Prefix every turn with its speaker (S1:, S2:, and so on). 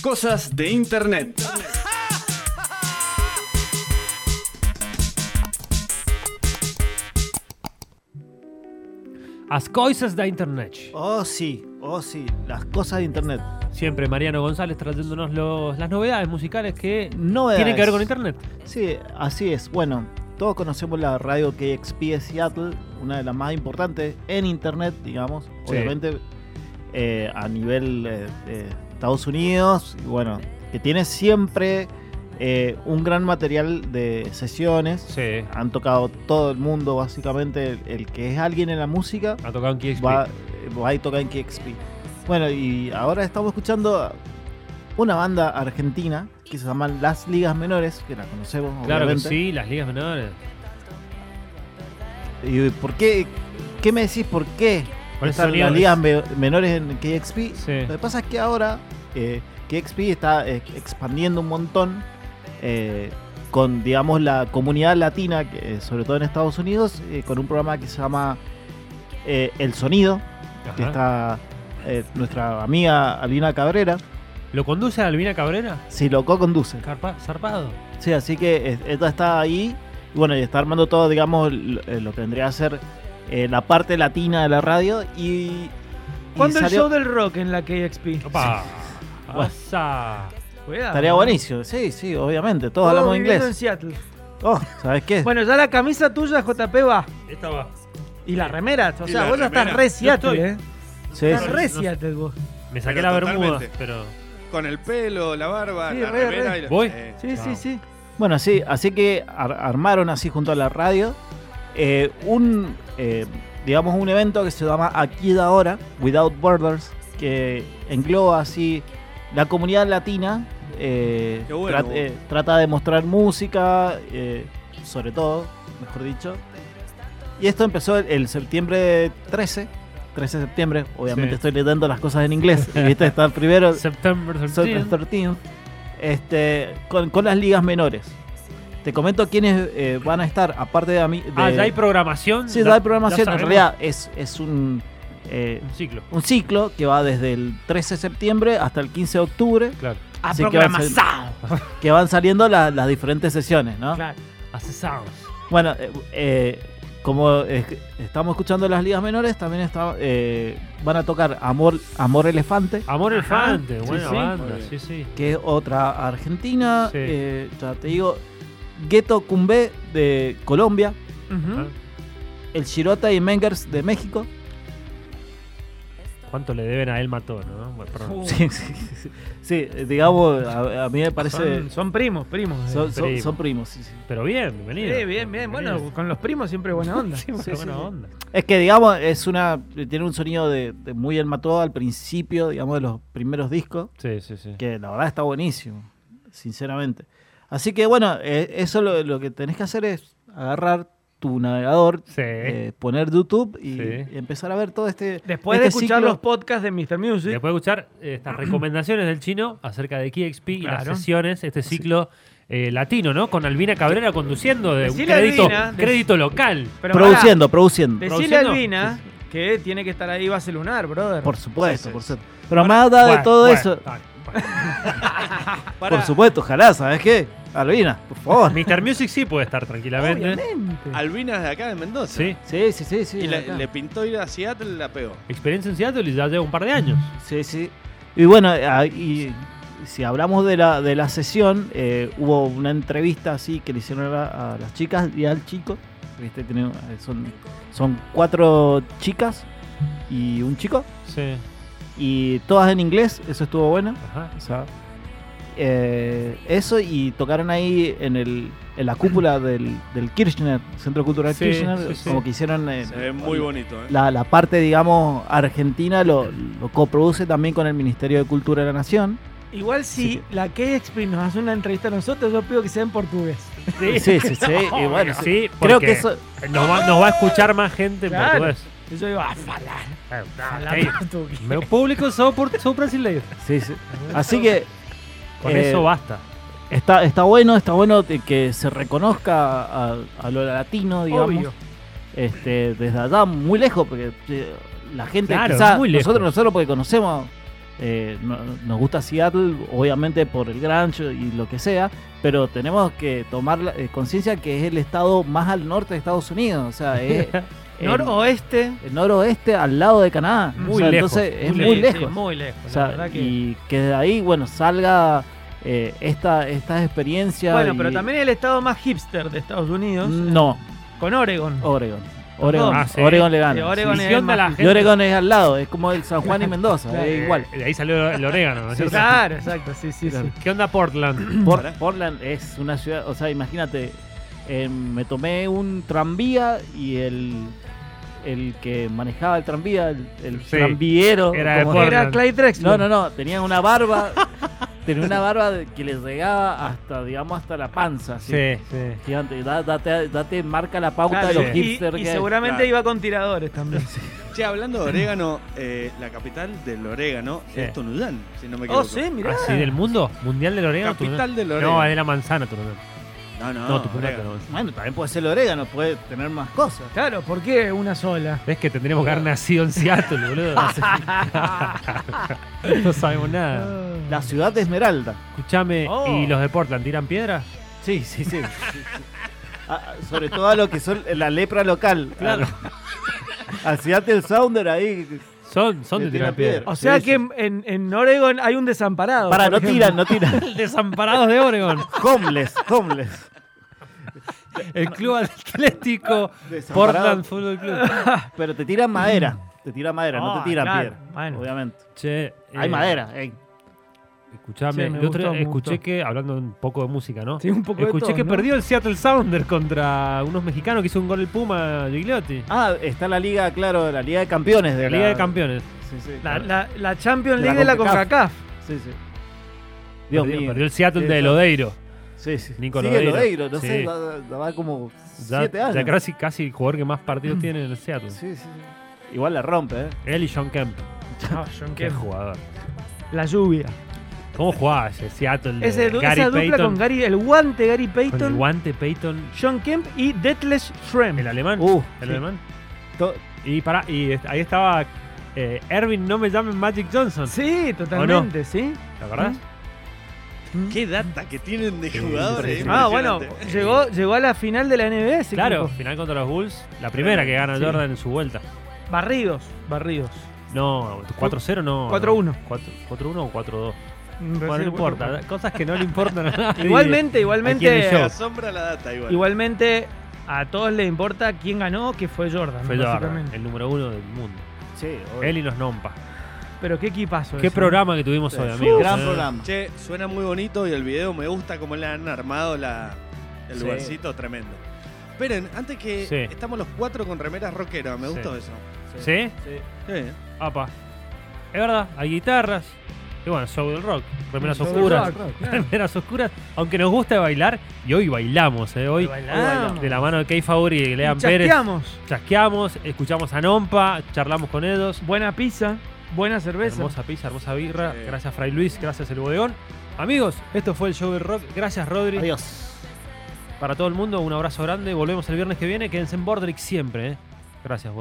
S1: cosas de Internet.
S2: As coisas da internet.
S3: Oh, sí, oh, sí, las cosas de internet.
S2: Siempre Mariano González trayéndonos los- las novedades musicales que
S3: Novedades.
S2: tienen que ver con internet.
S3: Sí, así es. Bueno, todos conocemos la radio KXP de Seattle, una de las más importantes en internet, digamos.
S2: Sí.
S3: Obviamente eh, a nivel eh, eh, Estados Unidos, y bueno, que tiene siempre eh, un gran material de sesiones.
S2: Sí.
S3: Han tocado todo el mundo, básicamente, el, el que es alguien en la música
S2: Ha tocado en KXP.
S3: va, va y toca en KXP. Bueno, y ahora estamos escuchando una banda argentina que se llama Las Ligas Menores, que la conocemos,
S2: claro que
S3: obviamente.
S2: sí, las ligas menores.
S3: ¿Y por qué? ¿Qué me decís por qué
S2: Con ese
S3: están
S2: sonido.
S3: las ligas me- menores en KXP?
S2: Sí.
S3: Lo que pasa es que ahora eh, KXP está eh, expandiendo un montón eh, con, digamos, la comunidad latina, que, eh, sobre todo en Estados Unidos, eh, con un programa que se llama eh, El Sonido,
S2: Ajá.
S3: que está eh, nuestra amiga Alina Cabrera,
S2: ¿Lo conduce Albina Cabrera?
S3: si lo co-conduce.
S2: Carpa- zarpado.
S3: Sí, así que eh, ella está ahí y bueno, y está armando todo, digamos, lo, eh, lo que vendría a ser eh, la parte latina de la radio y... y
S4: ¿Cuándo el
S3: salió-
S4: show del rock en la KXP?
S2: Opa.
S3: Bueno.
S2: Asa.
S4: Cuidado,
S3: Estaría
S4: ¿no?
S3: buenísimo, sí, sí, obviamente, todos
S4: Todo
S3: hablamos
S4: viviendo
S3: inglés.
S4: en Seattle.
S3: Oh, ¿sabes qué?
S4: Bueno, ya la camisa tuya, JP, va.
S2: Esta va.
S4: Y la remera. O
S5: Y
S4: sea,
S5: la
S4: vos ya estás
S5: remera.
S4: re
S5: Yo
S4: Seattle, ¿eh?
S2: estoy.
S3: Sí,
S4: Estás
S3: sí.
S4: re
S2: No sé.
S4: Seattle vos.
S2: Me saqué
S5: Pero
S2: la bermuda,
S5: totalmente.
S2: pero.
S5: Con el pelo, la barba,
S4: Sí,
S5: la
S4: re,
S5: remera
S4: re.
S5: y la-
S2: Voy.
S5: Eh,
S4: Sí,
S2: Chao.
S4: sí, sí.
S3: Bueno, sí, así que ar- armaron así junto a la radio eh, un, eh, digamos, un evento que se llama Aquí de ahora, Without Borders, que engloba así la comunidad latina, eh,
S5: Qué bueno.
S3: trat- eh, trata de mostrar música, eh, sobre todo, mejor dicho. Y esto empezó el, el septiembre 13, 13 de septiembre, obviamente
S2: Sí.
S3: estoy leyendo las cosas en inglés, y viste, está primero,
S2: September 13.
S3: Sol 13, este, con, con las ligas menores. Te comento quiénes eh, van a estar, aparte de a mí. de-
S2: Ah, ya hay programación.
S3: sí,
S2: ya-
S3: ya hay programación.
S2: ya
S3: En
S2: sabemos.
S3: realidad es, es un, eh,
S2: Un ciclo,
S3: un ciclo que va desde el 13 de septiembre hasta el 15 de octubre,
S2: claro.
S4: A
S3: Así que va a ser-
S4: programazado.
S3: que van saliendo la- las diferentes sesiones, ¿no?
S4: Claro.
S2: Hace sounds.
S3: Bueno, eh, eh, como eh, estamos escuchando las ligas menores, también está, eh, van a tocar Amor, Amor Elefante.
S2: Amor
S4: Ajá.
S2: Elefante,
S4: Sí,
S2: buena
S4: sí.
S2: banda,
S5: Muy bien.
S2: sí, sí.
S3: que es otra argentina.
S2: Sí.
S3: eh, ya te digo, Gueto Cumbé de Colombia,
S2: Ah,
S4: Ujú.
S3: el Shirota y Mengers de México.
S2: ¿Cuánto le deben a él mató, no? Bueno, perdón.
S4: Uh,
S3: Sí, sí, sí. Sí, eh, digamos, a, a mí me parece.
S4: son, son primos, primos. eh.
S3: Son, son-
S2: primos.
S3: son primos. sí, sí.
S2: Pero bien, bienvenido.
S4: Sí, bien, bien. Bueno,
S2: Bienvenido.
S4: con los primos siempre buena onda.
S2: Sí, bueno,
S3: sí,
S2: buena
S3: sí.
S2: onda.
S3: Es que, digamos, es una tiene un sonido de, de muy el mató al principio, digamos, de los primeros discos,
S2: Sí, sí, sí.
S3: que la verdad está buenísimo, sinceramente. Así que, bueno, eh, eso lo, lo que tenés que hacer es agarrar tu navegador,
S2: Sí.
S3: eh, poner YouTube y,
S2: Sí.
S3: y empezar a ver todo este.
S4: Después de
S3: este
S4: escuchar
S3: ciclo.
S4: los podcasts de Mr. Music,
S2: Después de escuchar eh, estas recomendaciones del chino acerca de KXP y las
S4: Claro.
S2: sesiones, este ciclo eh, latino, ¿no? Con Albina Cabrera conduciendo de un
S4: Decile a
S2: crédito,
S4: Albina, de-
S2: crédito local.
S4: pero pará,
S3: produciendo, produciendo.
S4: decile a
S2: produciendo.
S4: Albina que tiene que estar ahí va a lunar, brother.
S3: Por supuesto,
S5: Sí, sí.
S3: por supuesto. Pero más allá de
S2: Bueno,
S3: todo
S2: bueno,
S3: eso,
S2: está bien.
S5: para-
S3: por supuesto, ojalá, ¿sabes qué? Albina, por favor.
S2: Mr. Music sí puede estar tranquilamente.
S4: Obviamente.
S5: Albina es de acá de Mendoza.
S2: Sí.
S3: Sí, sí, sí, sí.
S5: Y le,
S3: acá.
S5: le pintó ir a Seattle y la pegó.
S2: Experiencia en Seattle y ya lleva un par de años.
S3: Sí, sí. Y bueno, eh, ah, y si hablamos de la, de la sesión, eh, hubo una entrevista así que le hicieron a, a las chicas y al chico. Viste, tiene- eh, son, son cuatro chicas y un chico.
S2: Sí.
S3: Y todas en inglés, eso estuvo bueno.
S2: Ajá.
S3: O sea, eh, eso y tocaron ahí en, el, en la cúpula del, del Kirchner, Centro Cultural
S2: Sí,
S3: Kirchner,
S2: sí, sí.
S3: como que hicieron eh,
S5: Se ve muy bonito, ¿eh?
S3: la, la parte, digamos, argentina lo, lo coproduce también con el Ministerio de Cultura de la Nación.
S4: Igual si la KXP nos hace una entrevista a nosotros, yo pido que sea en portugués.
S3: Sí, sí, sí. y bueno, sí.
S2: sí,
S3: Creo
S2: porque
S3: que eso...
S2: nos, va, nos va a escuchar más gente en
S4: Claro.
S2: portugués.
S4: Y Yo digo, a falar,
S2: Eh,
S4: falar
S2: sí.
S4: portugués.
S2: Meu público son, por, son brasileiros.
S3: sí, sí. Así que
S2: Con
S3: Eh,
S2: eso basta.
S3: está, está bueno, está bueno de que se reconozca a, a lo latino, digamos.
S4: Obvio.
S3: este, desde allá muy lejos, porque eh, la gente
S2: Claro,
S3: quizá
S2: muy lejos.
S3: nosotros nosotros porque conocemos eh, no- nos gusta Seattle, obviamente por el grunge y lo que sea, pero tenemos que tomar la- eh, conciencia que es el estado más al norte de Estados Unidos, o sea, es el,
S4: Noroeste.
S3: el noroeste al lado de Canadá.
S2: Muy
S3: O sea,
S2: lejos,
S3: Entonces es
S2: muy
S3: muy
S4: Sí,
S3: lejos.
S4: sí, muy lejos.
S3: O
S4: la
S3: sea,
S4: verdad que-
S3: y que de ahí, bueno, salga eh, esta, estas experiencias.
S4: Bueno, pero
S3: y-
S4: también es el estado más hipster de Estados Unidos.
S3: No,
S4: Con Oregon.
S3: Oregon. Oregon,
S2: Ah, sí.
S3: Oregon le gana.
S4: Sí, Oregon
S3: sí.
S4: es
S2: ¿Y qué onda
S4: más-
S2: la
S4: y
S3: Y
S2: gente?
S3: Oregon es al lado, es como el San Juan y Mendoza,
S4: Claro.
S3: es Eh, igual.
S2: De ahí salió el orégano, ¿no es
S3: Sí,
S2: cierto?
S4: Claro, exacto, sí, sí,
S3: Claro.
S4: sí.
S2: ¿Qué onda Portland?
S3: Por-
S5: Pará.
S3: Portland es una ciudad, o sea, imagínate, eh, me tomé un tranvía y el, el que manejaba el tranvía, el, el
S2: Sí.
S3: tranviero,
S2: Era de
S3: como-
S2: Portland.
S4: Era Clyde Drexler.
S3: No, no, no, tenía una barba, tenía una barba de- que le llegaba hasta, digamos, hasta la panza, así,
S2: Sí, sí.
S3: gigante. Da- date, date, marca la pauta
S4: Claro,
S3: de los
S2: sí.
S4: y,
S3: hipsters
S4: y
S3: que-
S4: seguramente
S5: Claro.
S4: iba con tiradores también. Oh,
S5: Che, hablando de orégano, eh, la capital del orégano
S2: Sí.
S5: es Tonudán, si no me equivoco.
S4: Oh, sí, mirá.
S2: ¿Así del mundo? ¿Mundial del orégano?
S5: Capital del orégano.
S2: No, es de la manzana, Turner.
S5: No, no,
S2: No, tu
S5: orégano.
S3: Bueno, también puede ser el orégano, puede tener más cosas.
S4: Claro, ¿por qué una sola?
S2: Ves que tendríamos que haber nacido en Seattle, boludo. O sea, no sabemos nada.
S3: La ciudad de Esmeralda.
S2: Escuchame,
S4: Oh.
S2: ¿y los de Portland tiran piedra?
S3: Sí, sí, sí. Ah, sobre todo a lo que son la lepra local. Ah, Claro. Al Seattle Sounder ahí.
S2: Son, son
S3: Le
S2: de tirar
S3: tiran
S2: piedra.
S4: O sea
S3: Sí,
S4: que en, en- en Oregon hay un desamparado.
S3: Para,
S4: por
S3: no
S4: ejemplo.
S3: tiran, no tiran.
S2: Desamparados de Oregon.
S3: Homeless, homeless.
S2: El club atlético Portland
S3: Desamparado.
S2: Football Club.
S3: Pero te tiran madera. Te tiran madera, no
S4: Ah,
S3: te tiran
S4: claro,
S3: piedra.
S4: bueno.
S3: Obviamente.
S2: Che, eh,
S3: Hay madera. ey.
S2: Escuchame,
S4: Sí, me
S2: el otro día
S4: gustó, me
S2: escuché
S4: gustó.
S2: que, hablando un poco de música, ¿no?
S4: Sí, un poco de
S2: escuché
S4: todo,
S2: que
S4: ¿no?
S2: perdió el Seattle Sounder contra unos mexicanos que hizo un gol el Puma, Gigliotti.
S3: Ah, está la liga, claro, la liga de campeones. De
S2: la Liga de Campeones.
S3: Sí, sí.
S4: La,
S3: claro.
S4: la- la Champions
S3: La
S4: League de la
S3: CONCACAF.
S4: CONCACAF.
S3: Sí, sí. Dios
S2: perdió,
S3: mío.
S2: perdió el Seattle
S3: Sí,
S2: de
S3: sí.
S2: Lodeiro.
S3: Sí, sí.
S2: Nico
S3: Sigue
S2: Lodeiro.
S3: Lodeiro, no
S2: Sí.
S3: sé, va, va como
S2: Ya,
S3: siete años. Mm.
S2: ya casi, casi el jugador que más partidos tiene en el Seattle.
S3: Sí, sí. Igual la rompe, ¿eh?
S2: Él y John Kemp. Qué
S4: Kemp.
S2: jugador.
S4: La lluvia.
S2: ¿Cómo jugaba ese Seattle? de
S4: Ese, du-
S2: eh, Gary
S4: esa dupla
S2: Payton,
S4: con Gary, el guante Gary
S2: con
S4: Payton,
S2: el guante Payton,
S4: John Kemp y Deathless Shrem.
S2: el alemán.
S3: Uh,
S2: el
S3: sí.
S2: alemán.
S3: To-
S2: Y para, y est- ahí estaba eh, Erwin, no me llamen Magic Johnson.
S4: Sí, totalmente, sí.
S2: ¿Te acordás? Mm.
S5: Qué data que tienen de
S2: Sí,
S5: jugadores.
S2: sí, sí.
S4: Ah, bueno,
S5: impresionante.
S4: llegó, llegó a la final de la NBA, ese
S2: Claro,
S4: Este equipo.
S2: final contra los Bulls, la primera que gana
S4: Sí.
S2: Jordan en su vuelta.
S4: Barridos, barridos.
S2: No, 4-0 no.
S4: 4-1.
S2: no. 4- 4-1 o 4-2. Bueno, no
S4: Mm, Recién-
S2: importa, cosas que no le importan a nadie.
S4: Igualmente, igualmente.
S2: quién le
S5: Me
S2: llegó?
S5: asombra la data igual.
S4: Igualmente, a todos les importa quién ganó, que fue Jordan.
S2: Fue Jordan,
S4: básicamente.
S2: el número uno del mundo.
S3: Sí, obvio.
S2: Él y los Nompa.
S4: Pero qué equipazo.
S2: Qué
S4: ese.
S2: programa que tuvimos
S3: Sí,
S2: hoy,
S3: sí,
S2: amigos.
S3: Gran
S2: eh.
S3: programa.
S5: Che, suena muy bonito y el video me gusta como le han armado la, el
S3: Sí.
S5: lugarcito, tremendo. Esperen, antes que
S2: Sí.
S5: estamos los cuatro con remeras rockeras, me
S2: Sí.
S5: gustó eso.
S2: ¿Sí?
S5: Sí.
S2: Apa. Es verdad, hay guitarras. Y bueno, show del rock. Remeras
S4: Show del
S2: oscuras.
S4: rock,
S2: Remeras oscuras. Aunque nos gusta bailar. Y hoy bailamos, ¿eh? Hoy,
S4: bailamos.
S2: de la mano de Key Favori y de Lean Pérez.
S4: Chateamos.
S2: Chasqueamos, escuchamos a Nompa, charlamos con ellos.
S4: Buena pizza, buena cerveza.
S2: Hermosa pizza, hermosa birra.
S5: Sí.
S2: Gracias, Fray Luis. Gracias, El Bodegón. Amigos, esto fue el show del rock. Gracias, Rodri.
S3: Adiós.
S2: Para todo el mundo, un abrazo grande. Volvemos el viernes que viene. Quédense en Bordrick siempre. ¿eh? Gracias, Bordrick.